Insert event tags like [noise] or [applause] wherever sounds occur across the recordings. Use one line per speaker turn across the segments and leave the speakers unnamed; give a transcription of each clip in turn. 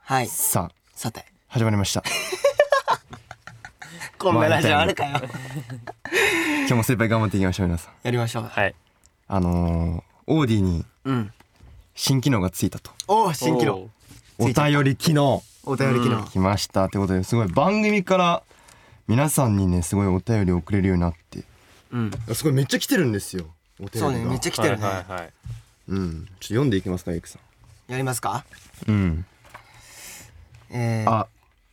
はい。
さあ
さて。
始まりま
[laughs]
した
こんなラジオあるかよ。
今日も精一杯頑張っていきましょう皆さん
やりましょう。
はい。
あのー、オーディに
うん。
新機能がついたと
おお、新機能。
お
ついた
便り機能
お便り機能。
来ましたってことですごい番組から皆さんにねすごいお便りをくれるようになって
うん。
すごいめっちゃ来てるんですよお便りが
そうね、めっちゃ来てるね。
はいはいはい。
うんちょっと読んでいきますかエイクさ
やりますか
んうん
えー、
あ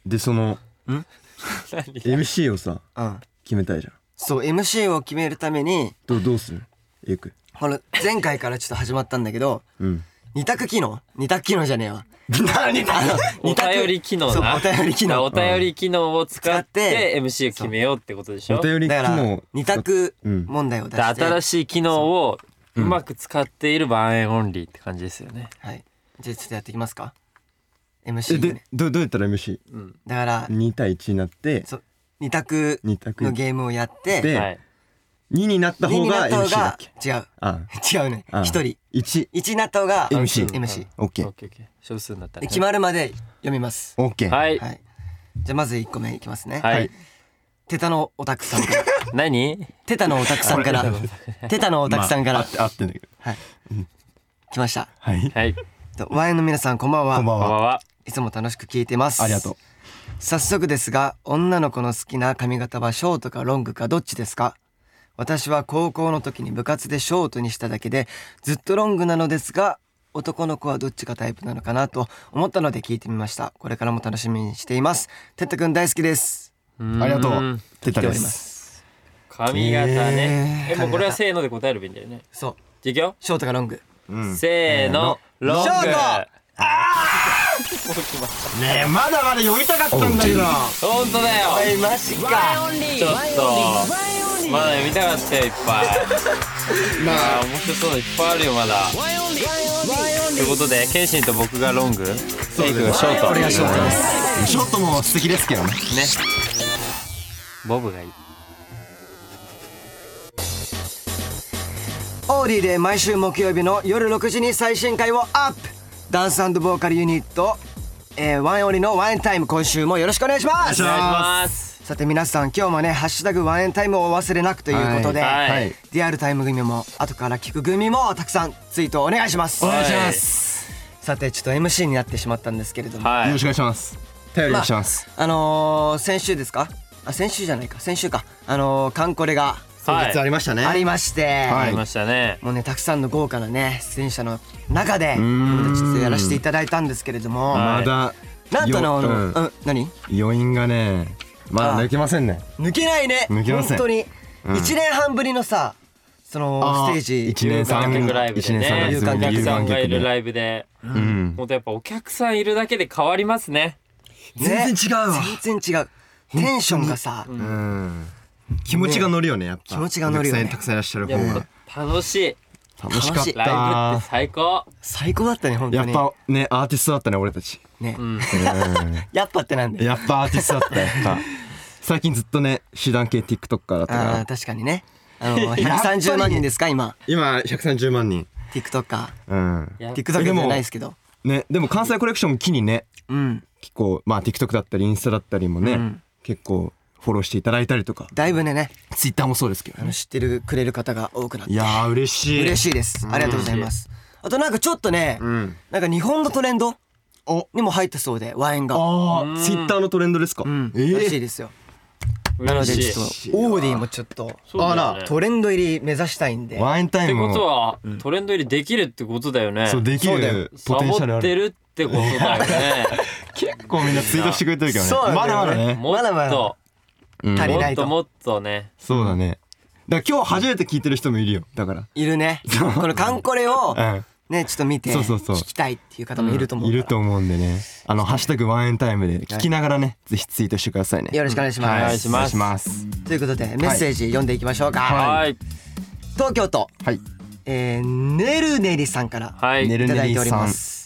でその [laughs]
ん
MC をさ
うん。
決めたいじゃん
そう、MC を決めるために、
どうどうするエイク
ほら、前回からちょっと始まったんだけど、
うん
二択機能二択機能じゃねえわ。何だ
お便り機能な。
そう、お便り機能。
お便り機能を使っ
使
て MC を決めようってことでしょ
お。便り機
だから
能
二択
うん
問題を出
で
して、
新しい機能をうまく使っているバーエンオンリーって感じですよね。
はいじゃあちょっとやっていきますか
え
MC
で
ね
どうどうやったら MC
だから
2対1になって
そう二択
2択
のゲームをやって
で
はい。
2になった
二
方
にな
が
った方
MC だっ
が
け
違う
あ
[laughs] 違うね
あ
一人
1
一になった方が
MC
MC
オッケ
オ
ー
ッケーオッケー。少数になった
で
ね
決まるまで読みます
オッケー
はい。
はいじゃあまず一個目いきますね
はい。
テタのオタクさんから [laughs]
何？
テタのオタクさんからテタのオタクさんか
ま
ら
ああ合ってんだけど
来ました
はい
はい。
とワインの皆さんこんばん
こんば
は
ん
こんばん
は
は。
いつも楽しく聞いてます
ありがとう
早速ですが女の子の好きな髪型はショートかロングかどっちですか私は高校の時に部活でショートにしただけでずっとロングなのですが男の子はどっちがタイプなのかなと思ったので聞いてみましたこれからも楽しみにしていますてったくん大好きです
あ
あ
りがとう出た
来て
で
おりますす
髪型ね。
えー
えもうこれはせーので答えるべきだよね。
そう
じゃあいくよ。
ショートかロング
うん
せーの。ロング。
ショート
ねえまだまだ読みたかったんだけど
本当だよ。
いマジか
ちょっとまだ見たかったよいっぱいまあ面白そうのいっぱいあるよまだということで謙信と僕がロングテイクがショート
これがショートです
ショットも素敵ですけどね
ねボブがいい
オーディで毎週木曜日の夜6時に最新回をアップダンスボーカルユニット、えーワンオリのワンエンタイム今週もよろしくお願いします
お願いします
さて皆さん今日もね「ハッシュタグワンエンタイム」をお忘れなくということで、
はいはい
リアルタイム組も後から聞く組もたくさんツイートお願いします
お願いし
は
ま
い
す
さてちょっと MC になってしまったんですけれども、
は
よろ
い
しくお願いします頼りにします
あのー先週ですかあ先週じゃないか先週かあのー、カンコレが
はい
りましたね
ありまして、
は
あ
い
りましたね
もうねたくさんの豪華なね出演者の中で
ん
僕たちちょっとやらせていただいたんですけれども
は
まだ
なんとねあの、
よ
うん
うん
何
余韻がねまだ抜けませんね
抜けないね
抜けません
本当に、
ん
一年半ぶりのさその
あ
ス
ー
テージ
一年
観
三
客ライブでね
一年三ヶ月ぶり
お客さんがい
有観客で
るライブで
うん
本当やっぱお客さんいるだけで変わりますね
ね
違うわ
全然違うテンションがさ、
うん気持ちが乗るよねやっぱ
気持ちが乗るよね
お客さんたくさんいらっしゃる
い
方
や
が
もう楽しい
楽しかっ
ライブったて最高
最高だったね本
や
当
っ
に
ぱねアーティストだったね俺たち
ね、
うん
やっぱってなんだよ
やっぱアーティストだったやっぱ最近ずっとね手段系 TikToker だったか
あー
ら
確かにねあの
[laughs] やっぱり
130万人ですか今
今130万人
TikToker
うん
いや
TikTok じゃないですけど
ねでも関西コレクションを機にね
うん
結構まあ TikTok だったりインスタだったりもね、
うん
結構フォローしていただいたりとか
だいぶねね
Twitter もそうですけど
あの知ってるくれる方が多くなって
いやー嬉しい
嬉
い
しいですありがとうございますあとなんかちょっとね、
うん
なんか日本のトレンド
お
にも入ったそうでワインが
あ
う
あ
ん
Twitter のトレンドですか、
うん、
えー
らしいですよなの
嬉
で
しい
ちょっ
しい
とオーディもちょっと
そうだよね
あら
トレンド入り目指したいんで
ワインタ
っ
イ
て
ム
こと
を
は、トレンド入りできるってことだよね。
そうでき
そうだ
る
よ
ポテンシャル
サボ
あ
って
る
るってことだよね。
結構みんなツイートしてくれてるけどね
そうなん
ま
だ
だ
よ
ま
ね
だね、
もっ
まだまだ
と、
うん
足り
も
な
っ
いと
ともっとね。
そうだねだから今日初めて聞いてる人もいるよだから
いるねこのカンコレを
うん
ねちょっと見て
そうそうそう
聞きたいっていう方もいると思う
い
から
ると思うんでねあの「ハッシュタグワンエンタイム」で聞きながらね、ぜひツイートしてくださいね
よろしくお願いします
は
お
いお
願
願
い
い
し
し
ま
ますす
ということでメッセージ読んでいきましょうか、
はい。
東京都、
はい
えー、ねるねりさんから
はい。
ね
い
る
た
ね
だい
り
ており
さ
ま
ん
す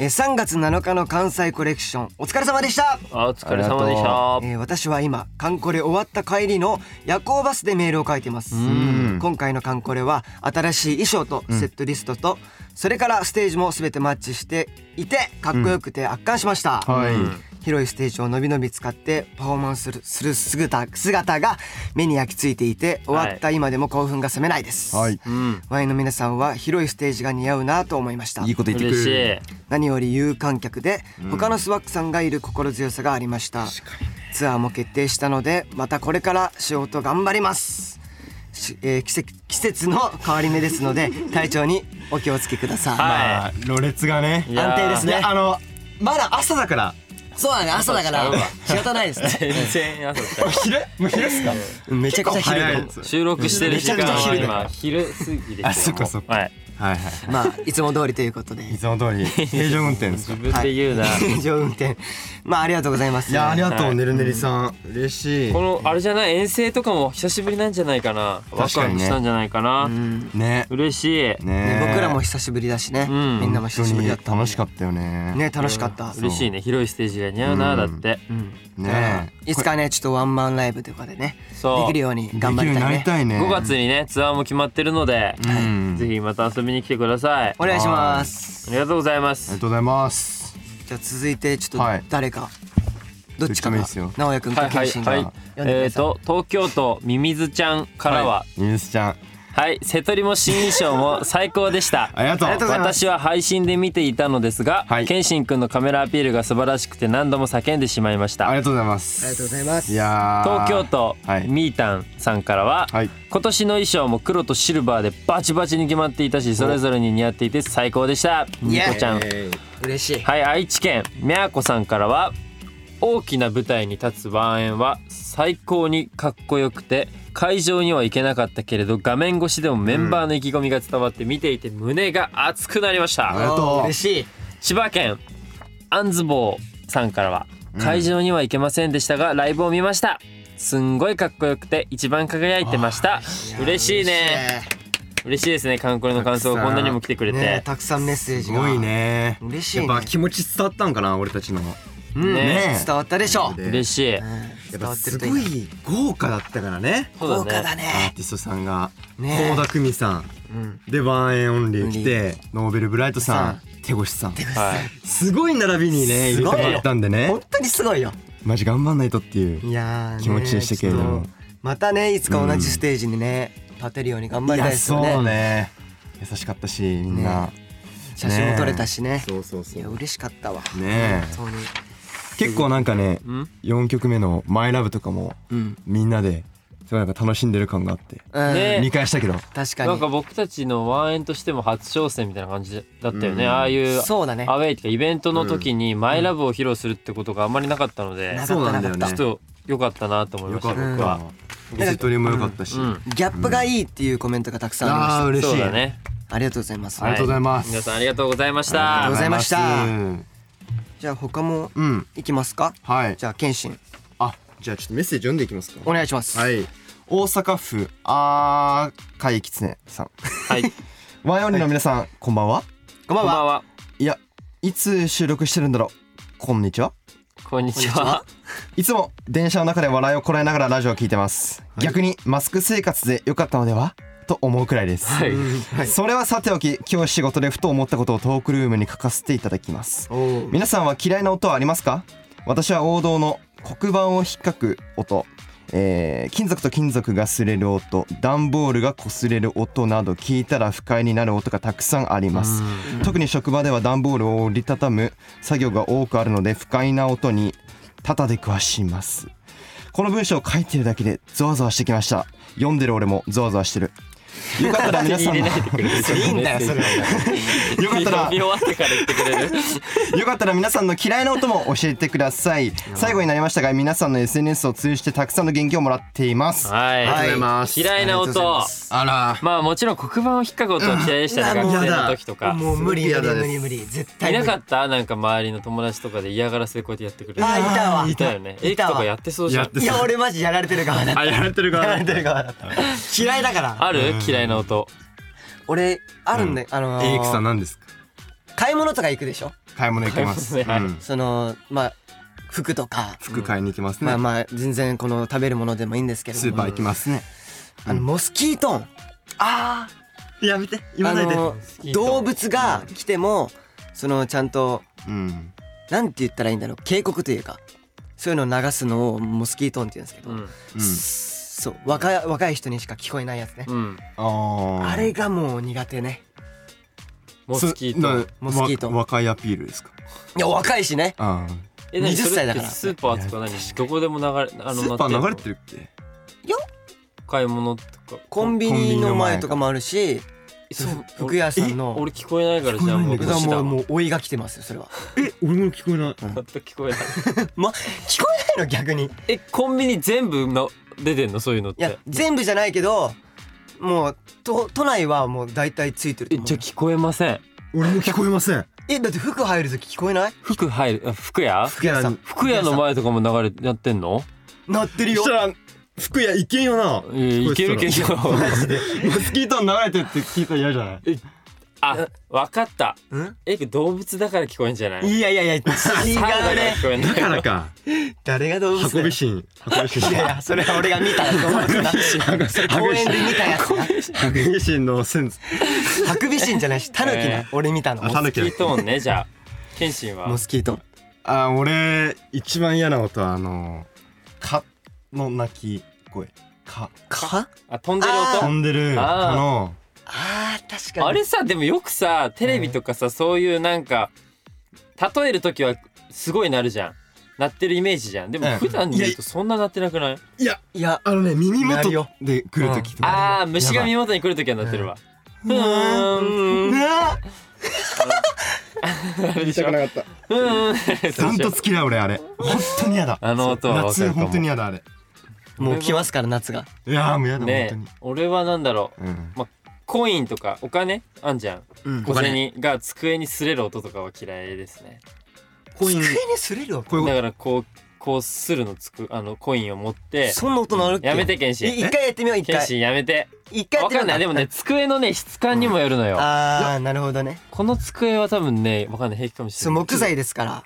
えー3月7日の関西コレクションお疲れ様でした
あお疲れ様でした
えー私は今カンコレ終わった帰りの夜行バスでメールを書いてます今回のカンコレは新しい衣装とセットリストと、それからステージも全てマッチしていてかっこよくて圧巻しました、
はい
広いステージをのびのび使ってパフォーマンスするする姿姿が目に焼き付いていて終わった今でも興奮が冷めないです、
はい
うん
ワインの皆さんは広いステージが似合うなと思いました
いいこと言ってく
嬉
る
しい
何より有観客で他のスワックさんがいる心強さがありました、ツアーも決定したのでまたこれから仕事頑張りますし、えー季節季節の変わり目ですので体調にお気をつけください、
まあろれつがね
いやー
安定ですね
ねあのまだ朝だから
そうだね朝だから
そうだ
仕方ないですね
[laughs] 全然朝来
昼もう昼っすか
めちゃくちゃ昼
早い
で
や
も
つ
た収録してる時間
めちゃくちゃ
は
昼だ
今昼過ぎですよ
あそっかそっか
はい
はいはい
まあいつも通りということで
いつも通り平常運転です
自
か
分で言うな、
以 [laughs] 上運転まあありがとうございます
いやーありがと
は
う
い
ねるねりさん嬉しい
このあれじゃない遠征とかも久しぶりなんじゃないかなワ
確
クワ
かにね
クしたんじゃないかな、
うん
ね
嬉しい、
ね
ね
ー
僕らも久しぶりだしね、
うん
みんなも
本当
久しぶり
に
だった
楽しかったよね
ね楽しかった、
嬉しいね広いステージが似合うなだって、
ね
いつかねちょっとワンマンライブとかでね
そう
できるように頑張り
できるように
た
ないり
ね
たいね
5月にねツアーも決まってるので、
うん
ぜひまた遊びに来てください
お
あ
願いします
りがとうございま
ありが
す
とうございます
じゃあ続いてちょ
は
っ
い
と誰か、どっちかが
どっちでもいいですよ
直哉くん
はい
か謙
はい
信
は
が
い
読んでく
え
ださ
っ、
い、
と東京都ミミズちゃんからは
ゆうすちゃん
はい、瀬戸りも新衣装も最高でした
ありがと
[laughs]
う
ありがとうございます
私は配信で見ていたのですが、
はい
謙信くんのカメラアピールが素晴らしくて何度も叫んでしまいまし
あり
た
がとうございます
ありがとうございます
いやー
東京都
はい
みーたんさんからは、
はい
今年の衣装も黒とシルバーでバチバチに決まっていたしそれぞれに似合っていて最高でした
イ
ニ
エーイ
コちゃん
嬉しい
はい愛知県みやこさんからは大きな舞台に立つワンエンは最高にかっこよくて会場には行けなかったけれど画面越しでもメンバーの意気込みが伝わって見ていて胸が熱くなりました、
りがとう
おー嬉しい
千葉県あんずぼうさんからは会場には行けませんでしたが、ライブを見ましたすんごいかっこよくて一番輝いてました嬉しいね嬉しいですね観光の感想を
たくさ
こ
ん
んなにも来てくれて、
ねたくさんメッセージ
す
が
ごいね
嬉しい
や
ね
っぱ気持ち伝わったんかな俺たちのや
うん
ねえ
伝わったでしょう、
ね
嬉しい
うん、伝
っ
わ
ぱ
ってる
す
と
ご
いい
い豪華だったからね
そう
豪華
だ
だ
ね
アー
ね
ティストさんが
ね
倖田來未さん
うん
でワンエンオンリー来てノーベルブライトさん手越さん
[laughs] はい
すごい並びにね
す
入れ
ごい
てもらったんでね
本当にすごいよ
マジ頑張んないとっていう
いやーね
気持ちでしたけれども
ちょっとまたねいつか同じステージにね、立てるように頑張りたいですよ
いやそう
ね
ね優しかったしみんな
写真も撮れたしね
そうそうそ
いや嬉しかったわ
ねえ
そうね
結構なんかね
ん
4曲目の「マイラブとかも
うん、
みんなですごいなんか楽しんでる感があって
うん
ねえ
見返したけど
確かに
なんか僕たちのワンエンとしても初挑戦みたいな感じだったよね、ああいう
そうだね
アウェイっていうかイベントの時にマイラブを披露するってことがあんまりなかったので、
なかっ
そうなんだよ
ちょっ
ね
と良かったなと思い
よ
まし
か
た
っ
僕
た
は。
水鳥もよかったし
うんうん
ギャップがいいっていうコメントがたくさんありました、
あー嬉し
そ
いう
だね
ありがとうございます、
ありがとうございま
皆
す
さんありがとうございまし
ありがとう
た
ございました
ありがとうございま
じゃあ他も
すうん
いきますか、
はい
じゃあ謙信
あじゃあちょっとメッセージ読んでいきますか
お願いします、
はい大阪府あーかいきつねさん
はい
ワイオンリーの皆さん、こんばんは
こんば
こん
ん
ば
は
んはい
やいつ収録してるんだろうこんにちは
こんにち
こんにち
は
はいつも電車の中で笑いをこらえながらラジオを聞いてます、逆にマスク生活で良かったのではと思うくらいです、
はい
それはさておき今日仕事でふと思ったことをトークルームに書かせていただきます
おう
皆さんは嫌いな音はありますか私は王道の黒板を引っかく音、えー金属と金属が擦れる音段ボールが擦れる音など聞いたら不快になる音がたくさんあります特に職場では段ボールを折りたたむ作業が多くあるので不快な音にたたで詳しますこの文章を書いてるだけでゾワゾワしてきました読んでる俺もゾワゾワしてるよかったら皆 [laughs] さんも
いいんだ [laughs] よそれ
よかったら [laughs]
見終わってから言ってくれる
よかったら皆さんの嫌いな音も教えてください。最後になりましたが、皆さんの SNS を通じてたくさんの元気をもらってい [laughs] ます。
はい
ありがとうござい
は
ます。
嫌いな
ありがとうござい
音
ます
あら、
まあもちろん黒板を引っかく音は嫌いでしたね
うん
学生の時とか
もう無理無
すご
理
く嫌
無
だ
理
で
無理絶
い
対無
な
理
かったなんか周りの友達とかで嫌がらせでこうやってやってくる
あーいたわ
いたよねエイ
い
ク
た
と
わ
かやってそうじゃん
いや俺マジやられてる側だった
やられてるか [laughs]
やられてる側だった嫌いだから
ある嫌いな音
俺あるんだよ、あのー
何ですか。
買い物とか行くでしょ
買い物行きます、
買い物ね
う
は
ん
そのまあ服とか、
服買いに行きますね、
まあまあ全然この食べるものでもいいんですけれ
ス
ど
ー
も
パー行きますね、
あのモスキートン
ああやめて言
あ
わないで、
の動物が来てもそのちゃんと
うん
なんて言ったらいいんだろう警告というかそういうのを流すのをモスキートンって言うんですけど、
うん
うん
そう若い若い人にしか聞こえないやつね、
うん
あー
あれがもう苦手ね
モスキー
すな
ト
モスキート
わ若いアピールですか
いや若いしね
あー
え何
20歳だから
それってスーパーとか何どこでも流れあ
スーパー流れ
る
てるっけ
買い物とか
コンビニの前とかもあるし
そう
服屋さん
俺
の
俺聞こえないからじゃあもう
聞こえ
僕
な
はい
んだけど
もう
う
もう追いが来てますよそれ
[laughs]
は
え俺も聞こえない
全く聞こえない
ま聞こえないの逆にい
えコンビニ全部の出てんのそういうのって
や全部じゃないけどもう都都内はもう大体ついてると
え
思う
じゃあ聞こえません
俺も聞こえません
えだって服入る時聞こえない
服入るあ服屋
服屋さん
服屋の前とかも流れやってんの
なってるよ
ら服屋行けんよな
えいけるけど
マスキートン流れてるって聞いたら嫌じゃない
あわかった
うん
え動物だから聞こえんじゃない
いやいやいや違
猿だ
う
から
ね
聞こえない
か
誰が動物だよ
シーン運びシ
いやいやそれは俺が見たやつそれ公園で見たやつな
ハクビシンのセンス。
ハクビシンじゃないしタヌキ
え
な
ー
俺見たの
あタ
モ
ヌ
スキートーンねじゃあ謙信は
モスキート
あ、俺、一番嫌な音は、あの、蚊の鳴き声。蚊。
か
あ飛んでる
あー
飛
音
んでる蚊
あー
の。
あー確かに
あれさでもよくさテレビとかさ、そういうなんか例える時はすごいなるじゃん鳴ってるイメージじゃんでも
うん
普段で言うとそんな鳴ってなくない、
いや、
いや
あのね、耳
なる
元
よ
で来るときと
あ
か。
あ虫が
やばい
耳元に来る時は鳴ってるわ、う
う
ーん
なあ
あれでしょう
なかっ
ーん
たダント
そうでし
ツ
ょ
嫌い俺、あれ。本当に嫌だ。
あの音はわか
夏、
るかも
本当に嫌だ、あれ。
もう来ますから夏が
いやー、もう嫌だ、本
ね
当に
え。俺はなんだろう
うん
コインとかお金あんじゃん
うん
小銭が机に擦れる音とかは嫌いですね
コイン
机に擦れるわ
こういう
だ
こ
からこうこうするのつくあのコインを持って
そんな音なるっけ
やめて謙
い
信
一回やってみよう一
謙
回
信やめて
一回や
わ
ってみよ
か
うん
ないでもね
[laughs]
机のね質感にもよるのよ、
あーなるほどね
この机は多分ねわかんない平気かもし
そ
れ
う
ない
木材ですから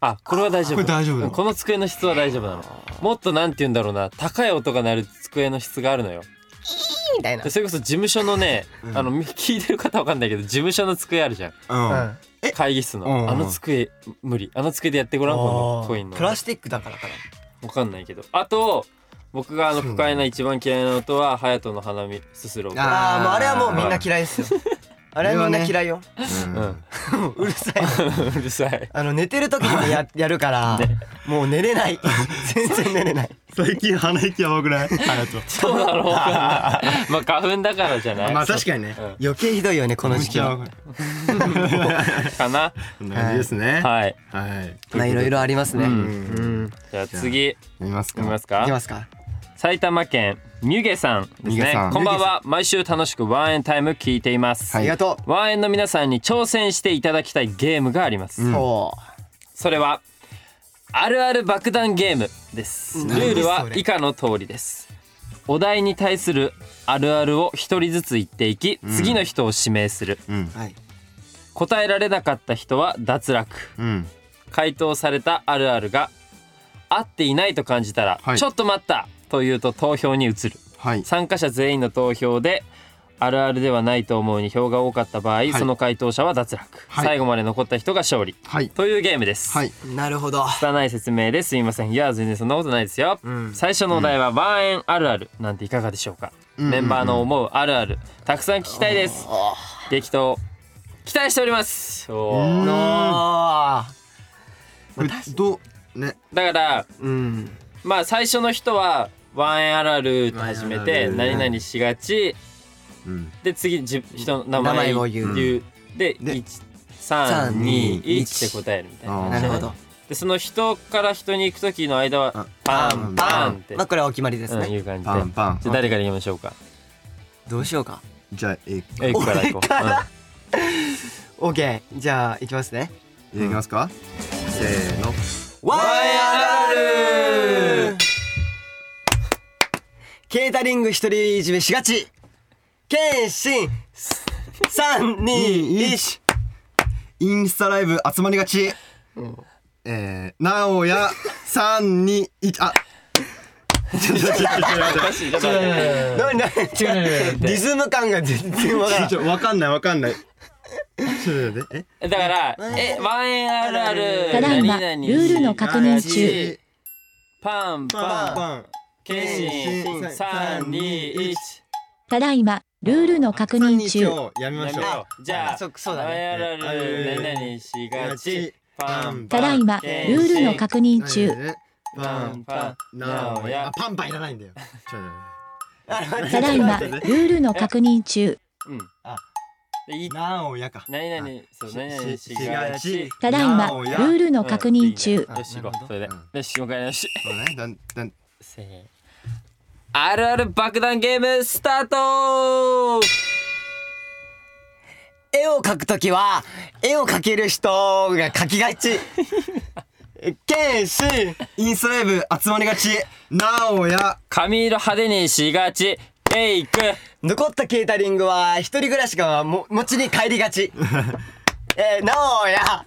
あこれは大丈
と。こ
夫
れ大丈夫だ。
この机の質は大丈夫なのもっとなんて言うんだろうな高い音が鳴る机の質があるのよ
みたいな
でそれこそ事務所のね、
うん
あの聞いてる方わかんないけど事務所の机あるじゃん
うん。
会議室の、
うんうん
あの机無理あの机でやってごらんこのコインの
プラスチックだからかな
わかんないけどあと僕があの
そう
不快な一番嫌いな音は隼人の花見すする音
あ
あ
ー
ーもうあれはもうみんな嫌いですよあれはみんな嫌いよ
うん
うん [laughs]
うるさいう
るさい
あの寝てる時にもややるから、もう寝れない全然寝れない
最近鼻息やばくない
[laughs]
隼人
そうだろ
[laughs]
うかなまあ花粉だからじゃない、
まあ確かにね
うん
余計ひどいよねこの時期は
こ
かな
んな感じですね
はい
はい
まあいろいろありますね、
う
うんん
じゃあ次
見ます
見ま
か
すか
いきますか
埼玉県ミュゲさんです
ミュゲさ
ね
ん
こんばんは毎週楽しくワンエンタイム聞いています、
ありがと
ワンエンの皆さんに挑戦していただきたいゲームがあります、
う、
うん
そ
それはあるある爆弾ゲームです
うん
ルールは
何それ
以下の通りですお題に対するあるあるを一人ずつ言っていき
ん
次の人を指名する、
うん
うはい
答えられなかった人は脱落
うん
回答されたあるあるが合っていないと感じたら、
はい
ちょっと待ったというと投票に移る
はい
参加者全員の投票であるあるではないと思うに票が多かった場合、
い
その回答者は脱落、
はい
最後まで残った人が勝利
はい
というゲームです、
はい
なるほど
拙い説明ですみませんいや全然そんなことないですよ、
うん
最初のお題はワンエンあるあるなんていかがでしょうか、
ん
メンバーの思うあるあるたくさん聞きたいです激闘期待しておりますおー
うん
あ
これどうね
だから
ーうん
まあ最初の人はワンエンあるあると始めて
ワンエンあるあ
何
る
々しがち
うん
で次じ人の名前
名前を言う
で
で
三二
131
一
って答えるみたいな
あー
なるほど
でその人から人に行く時の間はパンパ
パ
ンっ
ン
て、
まあこれはお決まりです
うん、い
ね、
う感じで
パンパン
じゃあ誰から言いましょうか
どうしようか
じゃあえいい
エイクか
俺
ら行こう、
からオッケーじゃあいきますね
きますかせーの
ワン
あるある
ケータリング独り占めしがち謙信三二一。
インスタライブ集まりがち。えー、なおや、三二一あ、
おかしいちょっと待って
なになに
違う違う違う
リズム感が全然わからん。
ちょわかんないわかんない。ちょっと待ってえ
だから、え、ワンエンあるある、
ただいま
何々
ルールの確認中。
パン
パン
パン、
パン。
謙信、三二一。
ただいまルールの確認中
中。やめま
や
しょ
め
う。
よう。じゃあ、
そそうだ
ワン
ね。
エンあるある、何々しがち。パンパ
た
ン、
だいまルールの確
[laughs]
認中
パンパン、なおや
あ。パンパンいらないんだよ。ちょっと待って
ただいまルールの確認中
うん。
あ
で、い
なおやか。
何々、そう、何々し
し
が
が
ち
ち。
ただいまルールの確認中
よし、
あ
行こう。それで
なるほ。
よし、行こう。よし。
そうねだんだん
せーのあるある爆弾ゲームスタート
絵を描くときは、絵を描ける人が描きがち。剣士
インスタライブ集まりがち。なおや。
髪色派手にしがちフェイク
残ったケータリングは、一人暮らしがも、持ちに帰りがち。えー、なおや。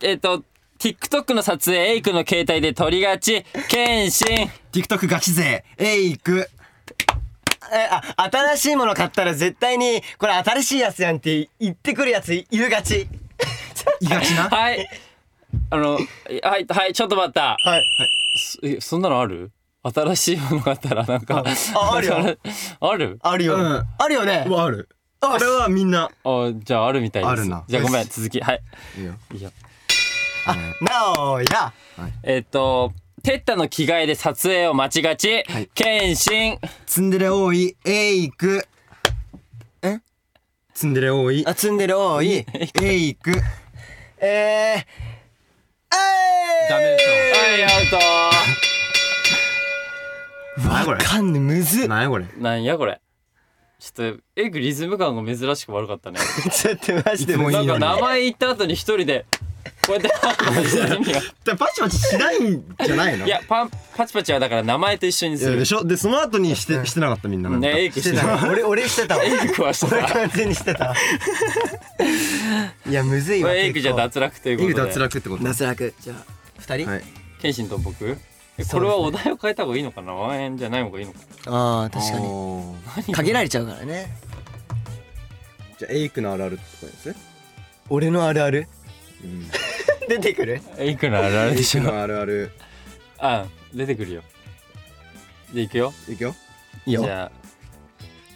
えっと TikTok の撮影エイクの携帯で撮りがち謙信
TikTok ガチ勢。エイク。
えーあ、新しいもの買ったら絶対に、これ新しいやつやんって言ってくるやついるがち。
[laughs] いがちな。
はいあのはいはいちょっと待った
はい。
そえそんなのある新しいものがあったらなんか
ああるよ
[laughs] ある
あるよ。
うん
あるよね。
ある。あれはみんな。
あじゃああるみたいです
あるな
じゃあごめん続きはい
いいよ。
いいよ
なおや。
えっとテッタの着替えで撮影を待ちがち、
い
謙信
ツンデレ多い。エイク。
え
ツンデレ多い。
あ、積んでる多い。
エイク。
えー、え
ダメでし
はいアウト
ょ。なにこ
わかんねむずっ
れ。なに [laughs] これ。
なんやこれちょっとエグリズム感が珍しく悪かったね
ちょっとマジで
いつもいい
なん
の
か
に
名前言った後に一人でこうやっ
[laughs]
て
だパチパチしないんじゃないの
いやパンパチパチはだから名前と一緒に
い
す
や
る
でしょでその後にしてしてなかったみんななんか
ねエイクしてた
俺俺してたわ
エイクはして
俺
た
完全にして
[laughs]
たいやむずい
こ
わ
れエイクじゃ
結構
脱落という
エイ
こ
ク
とで
脱落ってこと
脱落じゃあ二人、
はい
謙信と僕えこれはお題を変えた方がいいのかなワンエンじゃない方がいいのか
ああ確かに
に
限られちゃうからね
じゃあエイクのあるあるってことですね
俺のあるある
うん
出てくる
エイクのあれあれで
[laughs]
し
エイク
ょ
のあるある
あ出てくるよじゃあいくよ
いくよ
いい
じゃ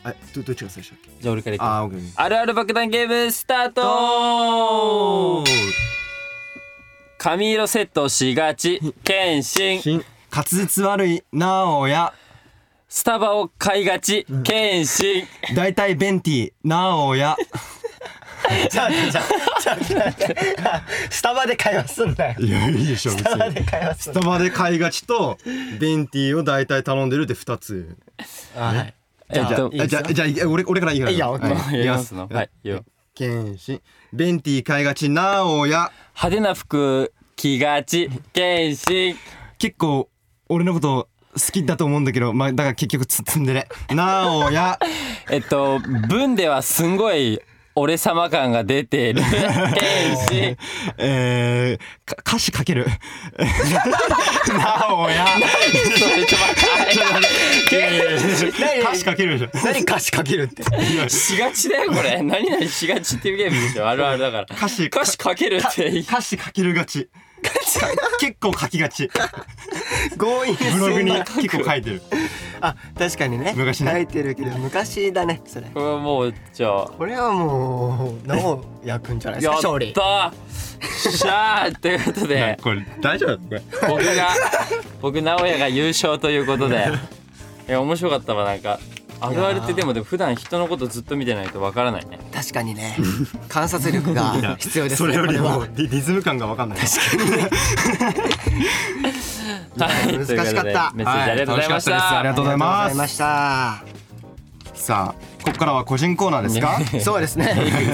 あ
あどどっちが最初だっけ
じゃあ俺からいく
あーオッケーオッケー
あるある爆弾ゲームスタート髪色セットしがち謙信
新滑舌悪いなおや
スタバを買いがち謙信
大体ベンティなおや
じゃあじゃあじゃあじゃあスタバで会話すんなよ
いやいいでしょ別
スタバ
に
で会話すん
ス
な
タバで買いがちとベンティを大体頼んでるで二つ
はい
えっ
じゃ
と
あじゃあじゃあい俺俺からいいから
いいよ
は
まあ
い
や
き
り
ま
ます
す
のはいいいよ
謙信ベンティ買いがちなおや
派手な服着がち謙信
結構俺のこと好きだと思うんだけどまあだから結局つつんでねなおや
えっと文ではすんごい俺様感が出
[laughs]
てる謙信
えー、か歌詞書ける [laughs] なおや
それちょっと待
[laughs] 歌詞書けるでし [laughs] ょ
何歌詞かけるって
ってしがちだよ
[laughs]
これ何々しがちっていうゲームでしょあるあるだから
歌詞
歌詞かけるっていい
歌詞書けるがち結構書きがち
強引
ブログに
そんな
結構書いてる
あ確かにね
昔ね
書いてるけど昔だねそれ
これはもうじゃあ
これはもう直也くんじゃないです
や
か
った
勝利
ーしゃーということで
これ大丈夫これ
僕が僕直哉が優勝ということでいや面白かったわなんかあるあるってでもでも普段人のことずっと見てないとわからないね
確かに
[laughs]
ね観察力が必要です
それより
こ
も
は
リリズム感が分かんない
はい
難し
という
か
こ
った
とでメッセージありがとうございました,、
は楽かったですあり
ありが
がとうござい
とうござい
ま
ますした
さあここからは個人コーナーですか [laughs]
そうですね
エイクさん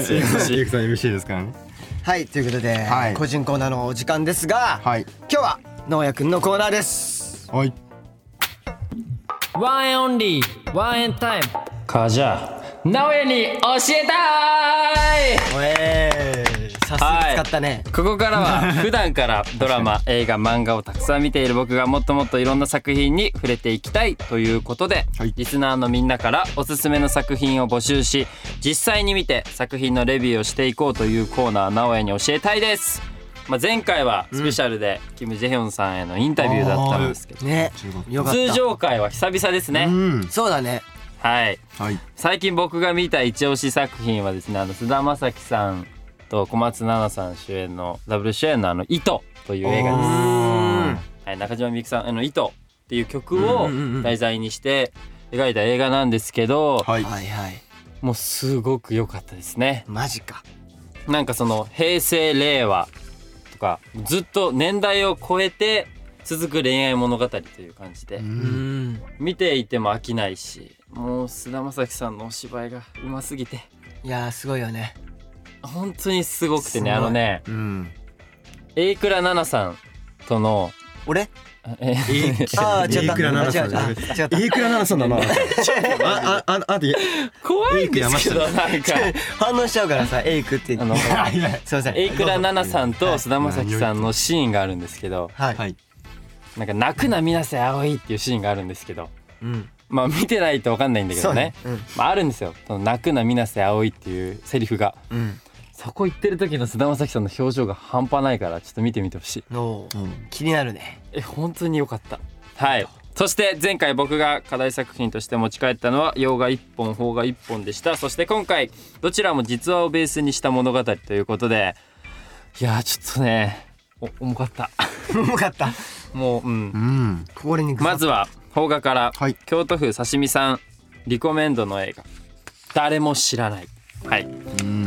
MC ですからね
はいということで、
はい
個人コーナーのお時間ですが、
はい
今日は直也くんのコーナーです
はい
ワンエンオンリーワンエンタイムかじゃ
直哉に教えたい
おえー、さすが使ったね、
ここからは普段からドラマ映画漫画をたくさん見ている僕がもっともっといろんな作品に触れていきたいということで、
はい
リスナーのみんなからおすすめの作品を募集し実際に見て作品のレビューをしていこうというコーナー「なおやに教えたい」です、まあ、前回はスペシャルでキム・ジェヒョンさんへのインタビューだったんですけど
ねよかった
通常回は久々ですね、
うん
そうだね
はい
はい
最近僕が見た一押し作品はですねあの菅田将暉さんと小松菜奈さん主演のダブル主演のあの「糸」という映画
う
です、
ーん
はい、中島みゆきさんあの「糸」っていう曲を
うんうんうん
題材にして描いた映画なんですけど、
はい
はいはい
もうすごく良かったですね
マジか
なんかその平成令和とかずっと年代を超えて続く恋愛物語という感じで、
うーん
見ていても飽きないしもう菅田将暉さんのお芝居がうますぎて
いやーすごいよね
本当にすごくて
すごい
ねあのね
うん
榮倉奈々さんとの
俺
え
ああ違った
いくらならさん
あ違う違うあ違った
いくらならさんだなああああって
怖いんですけどなんか
反応しちゃうからさエイクって
あの
[laughs]
[laughs]
すいません
榮倉奈々さんと菅田将暉さんのシーンがあるんですけど
はい、
はい
なんか泣くな水瀬葵っていうシーンがあるんですけど
うん
まあ見てないとわかんないんだけどね
そうね
まああるんですよその泣くな水瀬葵っていうセリフが
うん
そこ言ってる時の菅田将暉さんの表情が半端ないからちょっと見てみてほしい
の、
うん
気になるね [laughs]
え本当に良かったはいそして前回僕が課題作品として持ち帰ったのは洋画1本邦画1本でしたそして今回どちらも実話をベースにした物語ということでいやーちょっとねお重かった [laughs]
重かった
もううん
うん
これにグサッ
まずは邦画から、
はい
京都府刺身さんリコメンドの映画「誰も知らない」はい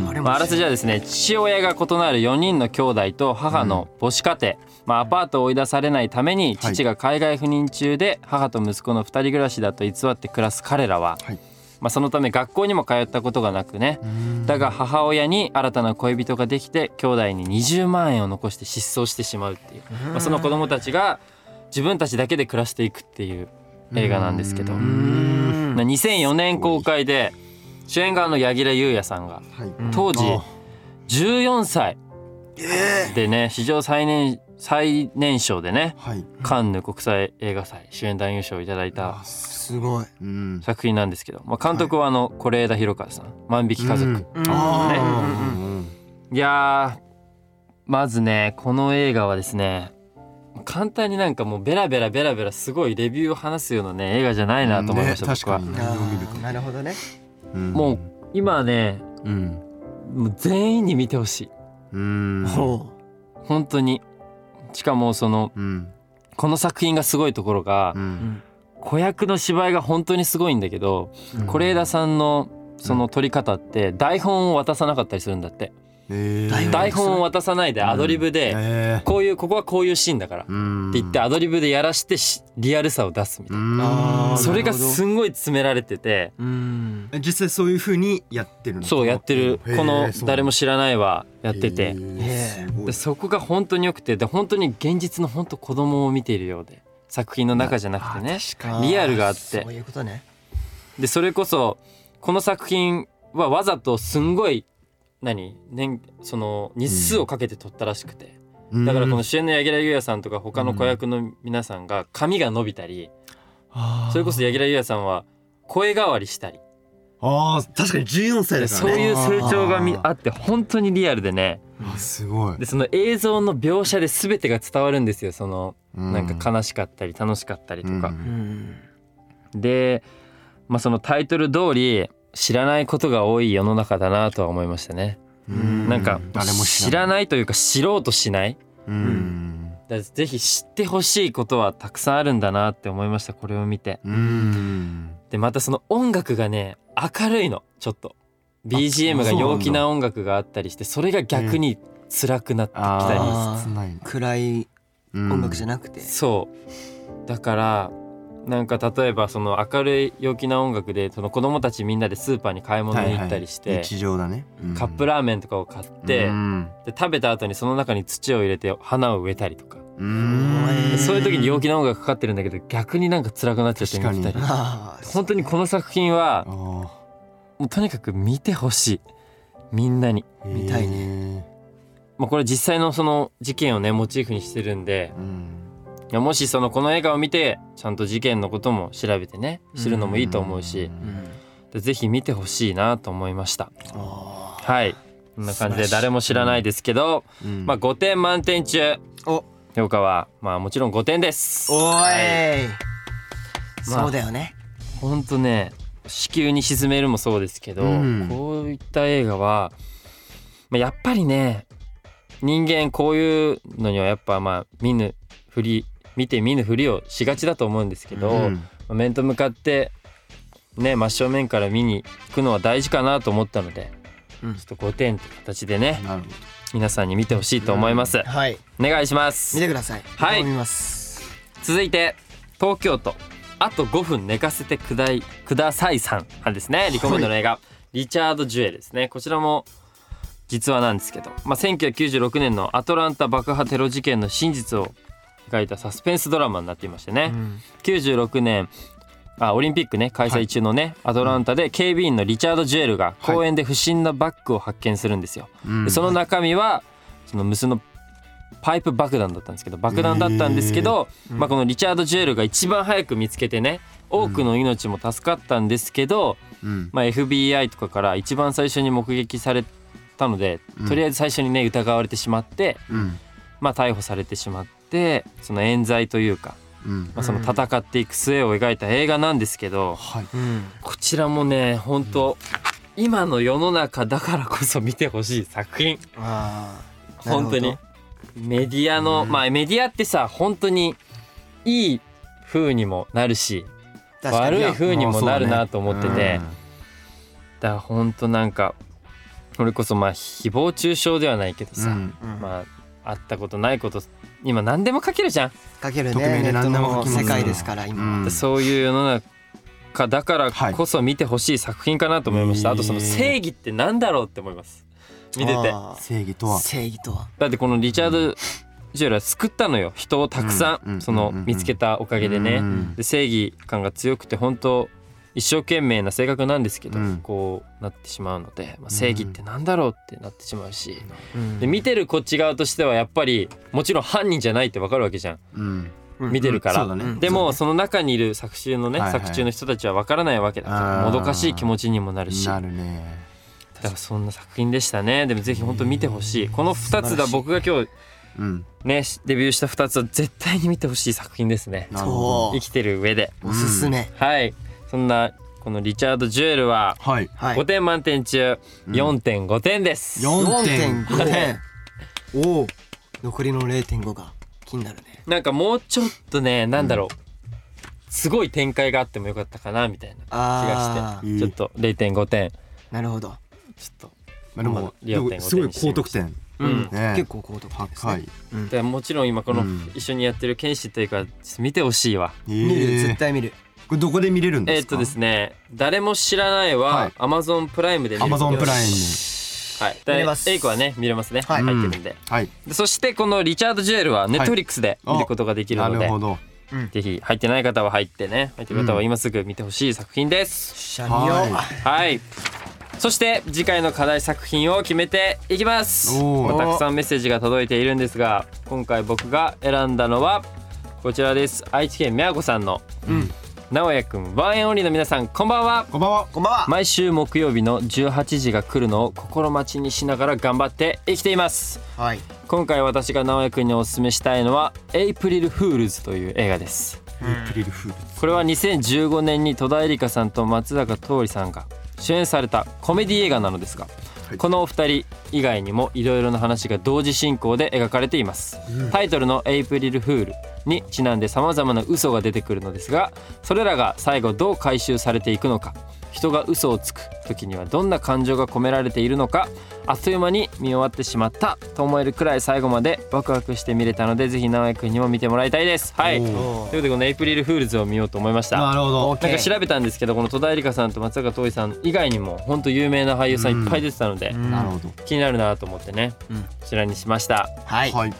あれ
まあ、あら
知
すじ
ら
は
ない
ですね父親が異なる4人の兄弟と母の母子家庭、まあ、アパートを追い出されないために
はい
父が海外赴任中で母と息子の2人暮らしだと偽って暮らす彼らは、
はい
まあ、そのため学校にも通ったことがなくねだが母親に新たな恋人ができて兄弟に20万円を残して失踪してしまうっていう、まあ、その子供たちが自分たちだけで暮らしていくっていう映画なんですけど
う
うーん
まあ2004年公開で主演側の柳楽優弥さんが
はい
当時
あ
14歳でね史上最年最年少でね
はい
カンヌ国際映画祭主演男優賞をいただいた
すごい
うん
作品なんですけど、まあ、監督はあの是枝裕和さん「万引き家族
うん
あー
いやーまずねこの映画はですね簡単になんかもうベラベラベラベラすごいレビューを話すようなね映画じゃないなと思いました、
ね
僕は
確かに
あーなるほどね
うん
もう今ね
うん
もう全員に見てほしい
うん
ほ
本当にしかもその
うん
この作品がすごいところが、
うん
子役の芝居が本当にすごいんだけど
うん
是枝さんのその撮り方って台本を渡さなかったりするんだって、
えー
大
台本を渡さないでアドリブで、
え
こういうここはこういうシーンだから、って
ー
言ってアドリブでやらしてしリアルさを出すみた
う
いな、
ん
あー
それが
なるほど
すんごい詰められてて
ううん
実際そういう風にやってるの
そうやってる
へー
この
そ
「
う
誰も知らない」はやってて、
へー
ですそこが本当に良くてで本当に現実の本当子供を見ているようで作品の中じゃなくてねリアルがあって
そういうことね
でそれこそこの作品はわざとすんごい何年その日数をかけて撮ったらしくて、
ごい
だからこの主演の柳楽優弥さんとか他の子役の皆さんが髪が伸びたり、それこそ柳楽優弥さんは声変わりしたり、
あー確かに14歳だか
そ
ら
う
ね
いう成長がみ
あー
あって本当にリアルでね
あすごい
でその映像の描写で全てが伝わるんですよその
な
なんか悲しかったり楽しかったりとか。
うん
で、まあ、そのタイトル通り知らないことが多い世の中だなとは思いましたね。なんか
誰も知
知
ら
ら
ない
ないというか知ろうとしない
うん
だからぜひ知ってほしいことはたくさんあるんだなって思いましたこれを見て
うん
でまたその音楽がね明るいのちょっと BGM が陽気な音楽があったりしてそれが逆に辛くなってきた
あー
切ない
暗い音楽じゃ
な
なくて
りそうだからなんか例えばその明るい陽気な音楽でその子供たちみんなでスーパーに買い物に行ったりして
日常だね
カップ
ラ
ラーメンとかを買ってで食べた後にその中に土を入れて花を植えたりとか
うん
そういう時に陽気な音楽かかってるんだけど逆になんか辛くなっちゃって見てたり
確か
あー
本当にこの作品は
あ
もうとにかく見てほしいみんなに、
見たい
ね。
まあ、これ実際のその事件をねモチーフにしてるんで
うん。
いやもしそのこの映画を見てちゃんと事件のことも調べてね知るのもいいと思うしでぜひ見てほしいなと思いましたはいこんな感じで
素晴らしい
誰も知らないですけど、
うん。
まあ、5点満点中
お
評価はまあもちろん5点です
おー、
はいまあ
そうだよね
ほんとね「子宮に沈める」もそうですけど、
うん
こういった映画は、まあ、やっぱりね人間こういうのにはやっぱまあ見ぬふり見て見ぬふりをしがちだと思うんですけど、
うん
まあ面と向かってね真正面から見に行くのは大事かなと思ったので、
うん
ちょっと5点って形でね
なるほど。
皆さんに見てほしいと思います、
はい
お願いしま
見
す
てください
はい
僕も見ます
続いて東京都あと5分寝かせてくだいくださいさんあれですねリコメンドの映画、リチャード・ジュエですねこちらも実話なんですけど、まあ、1996年のアトランタ爆破テロ事件の真実を描いたサスペンスドラマになっていましてね、96年あオリンピックね開催中のね、アトランタで警備員のリチャード・ジュエルが公園で不審なバッグを発見するんですよ。
うん
でその中身はその無数のパイプ爆弾だったんですけど爆弾だったんですけど、まあ、このリチャード・ジュエルが一番早く見つけてね多くの命も助かったんですけど、
うん。
まあ、FBI とかから一番最初に目撃されたので
うん
とりあえず最初にね疑われてしまって、
うん。
まあ、逮捕されてしまってその冤罪というか
うん。
まあ、その戦っていく末を描いた映画なんですけど、
はい。
うん
こちらもね本当今の世の中だからこそ見てほしい作品
あーなる
本
ほ
当
ど
にメディアの、まあメディアってさ本当にいい風にもなるし
確かに
悪い風にもなる
まあ
なと思ってて、だから本当なんかそれこそまあ誹謗中傷ではないけど
う
さ、
ん。
うん
まああったことないこと今何でも書けるじゃん、
かける
匿名
ね
で
ネット
何でも
の
書きます
世界ですから今
うん
でそういう世の中だからこそ見てほしい作品かなと思いました、
はい
あとその正義ってなんだろうって思います見てて
あー
正義とは。
正義とは
だってこのリチャード・ジュエルは救ったのよ人をたくさん、
うんうん
そ
うん
の
うんうん
見つけたおかげでね、
うん
で正義感が強くて本当一生懸命な性格なんですけど、
うん
こうなってしまうので、まあ、正義ってなんだろうってなってしまうし、
うん
で見てるこっち側としてはやっぱりもちろん犯人じゃないってわかるわけじゃん
うん。
うん
見てるから、
そうだね。
でもその中にいる作中のね、
はいはい
作中の人たちは分からないわけだから
あー
もどかしい気持ちにもなるし
なるね。
だからそんな作品でしたねでもぜひ本当見てほしいこの2つ
素晴ら
だ
しい
僕が今日
うん。
ねデビューした2つは絶対に見てほしい作品ですね
なるほ
そ
生きてる上で
うおすすめ
はいそんなこのリチャード・ジュエルは
ど。はい。
はい
5点満点中
うん
4.5点です、
4.5
4.5
点 [laughs] おお残りの0.5が気になるね
なんかもうちょっとねなんだろう、すごい展開があってもよかったかなみたいな気が
あ
してちょっと0.5点ちょ
ーなるほど
っと
まあでもでもすごい高得点。
うん
ね。
結構高得点です
高
ね
い。
でもちろん今この
うん
一緒にやってる剣士というか見てほしいわ、
見る
ええ
絶対見る
これどこで見れるん
え
で
ーっ
すか。
とですね誰も知らないは、
はい
Amazon プライムで見
ア
る
マ
こ
ゾ
と
ン
が
プライム。
はい
見
で
れます
エイコはね見れますね、
はい
入ってるんで,、
はい。
でそしてこのリチャード・ジュエルは Netflix で見ることができる
な
ので、
るほど。
ぜひ入ってない方は入ってね入ってる方は今すぐ見てほしい作品です、
シャミオ
は
はいそして次回の課題作品を決めていきます
おー
まあたくさんメッセージが届いているんですが今回僕が選んだのはこちらです愛知県みやこさんの、
ん
直哉くんワンエンオンリーの皆さんこんばんは
こんばんは。
こんばんは
毎週木曜日の18時が来るのを心待ちにしながら頑張って生きています
はい
今回私が直哉くんにおすすめしたいのは「エイプリル・フールズ」という映画です
エイプリルフール
これは2015年に戸田恵梨香さんと松坂桃李さんが主演されたコメディ映画なのですが、
はい
このお二人以外にもいろいろな話が同時進行で描かれています、タイトルの「エイプリルフール」にちなんでさまざまな嘘が出てくるのですがそれらが最後どう回収されていくのか人が嘘をつく時にはどんな感情が込められているのかあっという間に見終わってしまったと思えるくらい最後までワクワクして見れたのでぜひ直江君にも見てもらいたいです。はい、
おー
ということでこのエイプリルフールズを見ようと思いまし
ズ。な
た
るほど。
なんか調べたんですけどこの戸田恵梨香さんと松坂桃李さん以外にも本当有名な俳優さんいっぱい出てたので、
なるほど。
気になるなと思ってね、
うん
こちらにしました
はい
はい。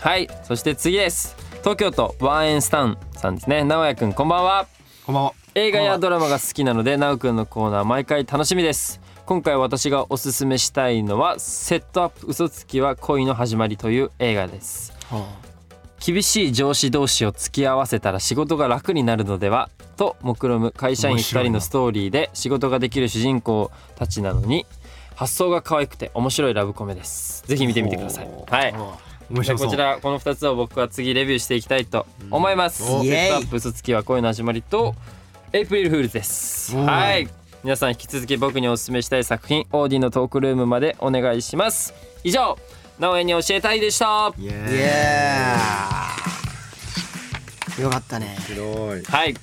はいそして次です東京都ワンエンスタンさんですね直哉くんこんばんは
こんばんは。
映画やドラマが好きなのでなおくんのコーナー毎回楽しみです今回私がおすすめしたいのは「セットアップ嘘つきは恋の始まり」という映画です厳しい上司同士を付き合わせたら仕事が楽になるのではと目論む会社員
面白いな
2人のストーリーで仕事ができる主人公たちなのに発想が可愛くて面白いラブコメですぜひ見てみてくださいはい
面
じ
白
ゃあ
そう
こちらこの2つを僕は次レビューしていきたいと思います、
お
セットア
イエ
ッ
イ
プ嘘つきは恋の始まりとエイプリルフールズです
おー
はい皆さん引き続き僕にお勧めしたい作品オーディのトークルームまでお願いします以上直江に教えたいでした
イ
イ
エ
エーよかったね
ーイ白い
はい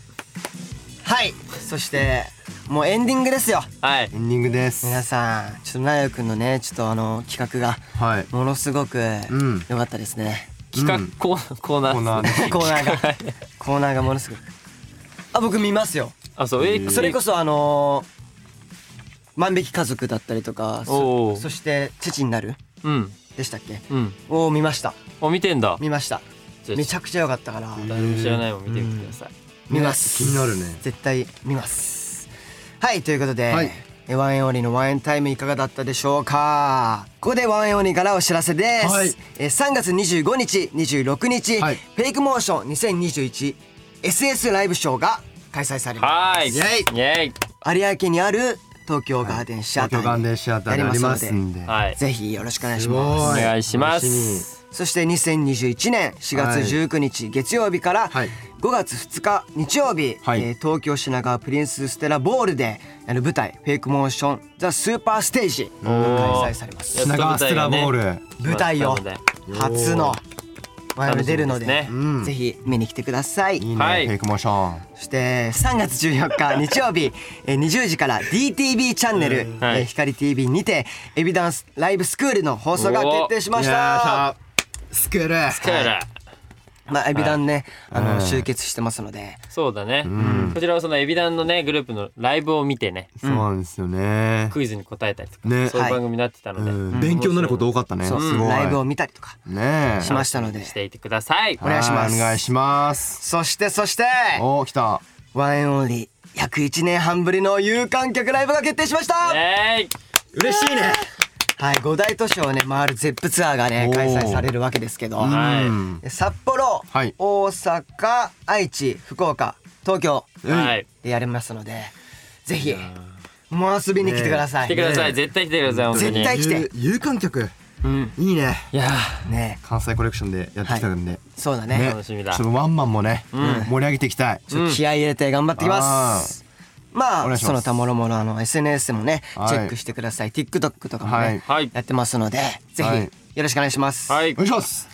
はいそしてもうエンディングですよ
はい
エンディングです
皆さんちょっとなよくんのねちょっとあの企画が
はい
ものすごく
ん
良かったですね、
企
う
画
ん
コーナーコー
コーナ
ナ
ー
ー
です
コーナーがコーナーがものすごくあ僕見ますよ
[laughs] あそうえ
それこそあのー万引き家族だったりとか
お
そ
ー
そして父になる
うん
でしたっけ
うん
を見ました
お見てんだ
見ました
じゃあ
めちゃくちゃ良かったから
誰も知らないもん見てみてください
見ます、
ね気になるね
絶対見ますはいということで、
はい
えワンエンオリのワンエンタイムいかがだったでしょうかここでワンエンオリからお知らせです、
はい
え3月25日26日、
はい
フェイクモーション 2021SS ライブショーが開催されます
はい
イエ
イエイ
有明にある東京ガーデンシア
東
ター
京
に
ガンデンシアターにあります
やりま
んで
はい
ぜひよろしくお願いし
す
ま
ご
す
い
お願いしま
楽しみ
す
そして2021年4月19日月曜日から
はい
5月2日日曜日、
はい
えー東京品川プリンスステラボールでやる舞台「フェイクモーション・ザ・スーパーステージ」が開催されます
やっと
品川
舞
ス
台
テ
が
ラ
ね
ボール
舞台を
そうだね
初の我々出るので
楽しみですね
うんぜひ見に来てください
いいね
はい
フェイクモーション
そして3月14日日曜日 [laughs] えー20時から DTV チャンネル、
は
え
い
ー光 TV にてエビダンスライブスクールの放送が決定しまし
いや
た
ースクール
だから
まあ、エビダンね、あの、集結してますので、
そうだね、こちらはそのエビダンのねグループのライブを見てね
そうなんですよね
クイズに答えたりとか、
ね
そういう番組になってたので、
うん勉強になること多かったねす
そう
ごい
ライブを見たりとか
ねえ
しましたので、
していてください。
お願いします
はお願いします
そしてそして、
おー来た
ワンエンオンリー、約1年半ぶりの有観客ライブが決定しました
えい、
嬉しいね
はい、5大都市をね、回るゼップツアーがね
お、ー
開催されるわけですけど、
はい
うん
札幌、
はい
大阪、愛知、福岡、東京
はい、
でやりますので、ぜひ、もう遊びに来てくださ
来
い。
てください、絶対来てください、本当に。
絶対来て
有有観客
うん、
いいね
いや
ね
関西コレクションでやってきたんで
そうだ
ー、
ね
楽しみ
ちょ
だ
っ。とワンマンもね盛り上げていきたい
ちょっと気合い入れて頑張っていきます。まあ
お願いします
その他もろもろあの SNS でもね、
はい
チェックしてください TikTok とかもね、
はいはい
やってますのでぜ
は
ひ
い
よろしくお願いします、
はい
お、願いします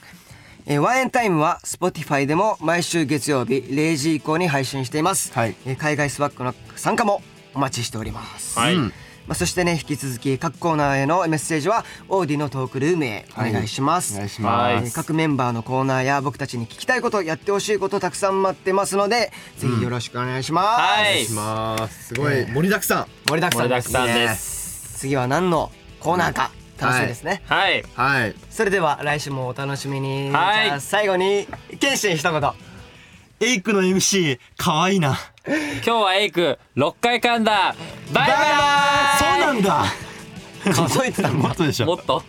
えーワンエンタイムは Spotify でも毎週月曜日0時以降に配信しています、
はい
えー海外スワックの参加もお待ちしております、
はい
まあ、そしてね引き続き各コーナーへのメッセージはオーディのトークルームへお願いします、
お願いし
は
ま
えー
す
各メンバーのコーナーや僕たちに聞きたいことやってほしいことたくさん待ってますので、ぜひよろしくお願いします、
はい、
ますすごい盛りだくさん
盛りだく
盛
さん
りだ
で
く
す
さんで
ね
す。
次は何のコーナーか楽しみですね、
はい、
はい
それでは来週もお楽しみに、
はい
じゃあ最後に謙信一言
エイクの MC 可愛いな
今日はエイク六回噛んだ。バイバイ。
そうなんだ
数えてたの
[laughs] もっとでし
も
ょ
っと。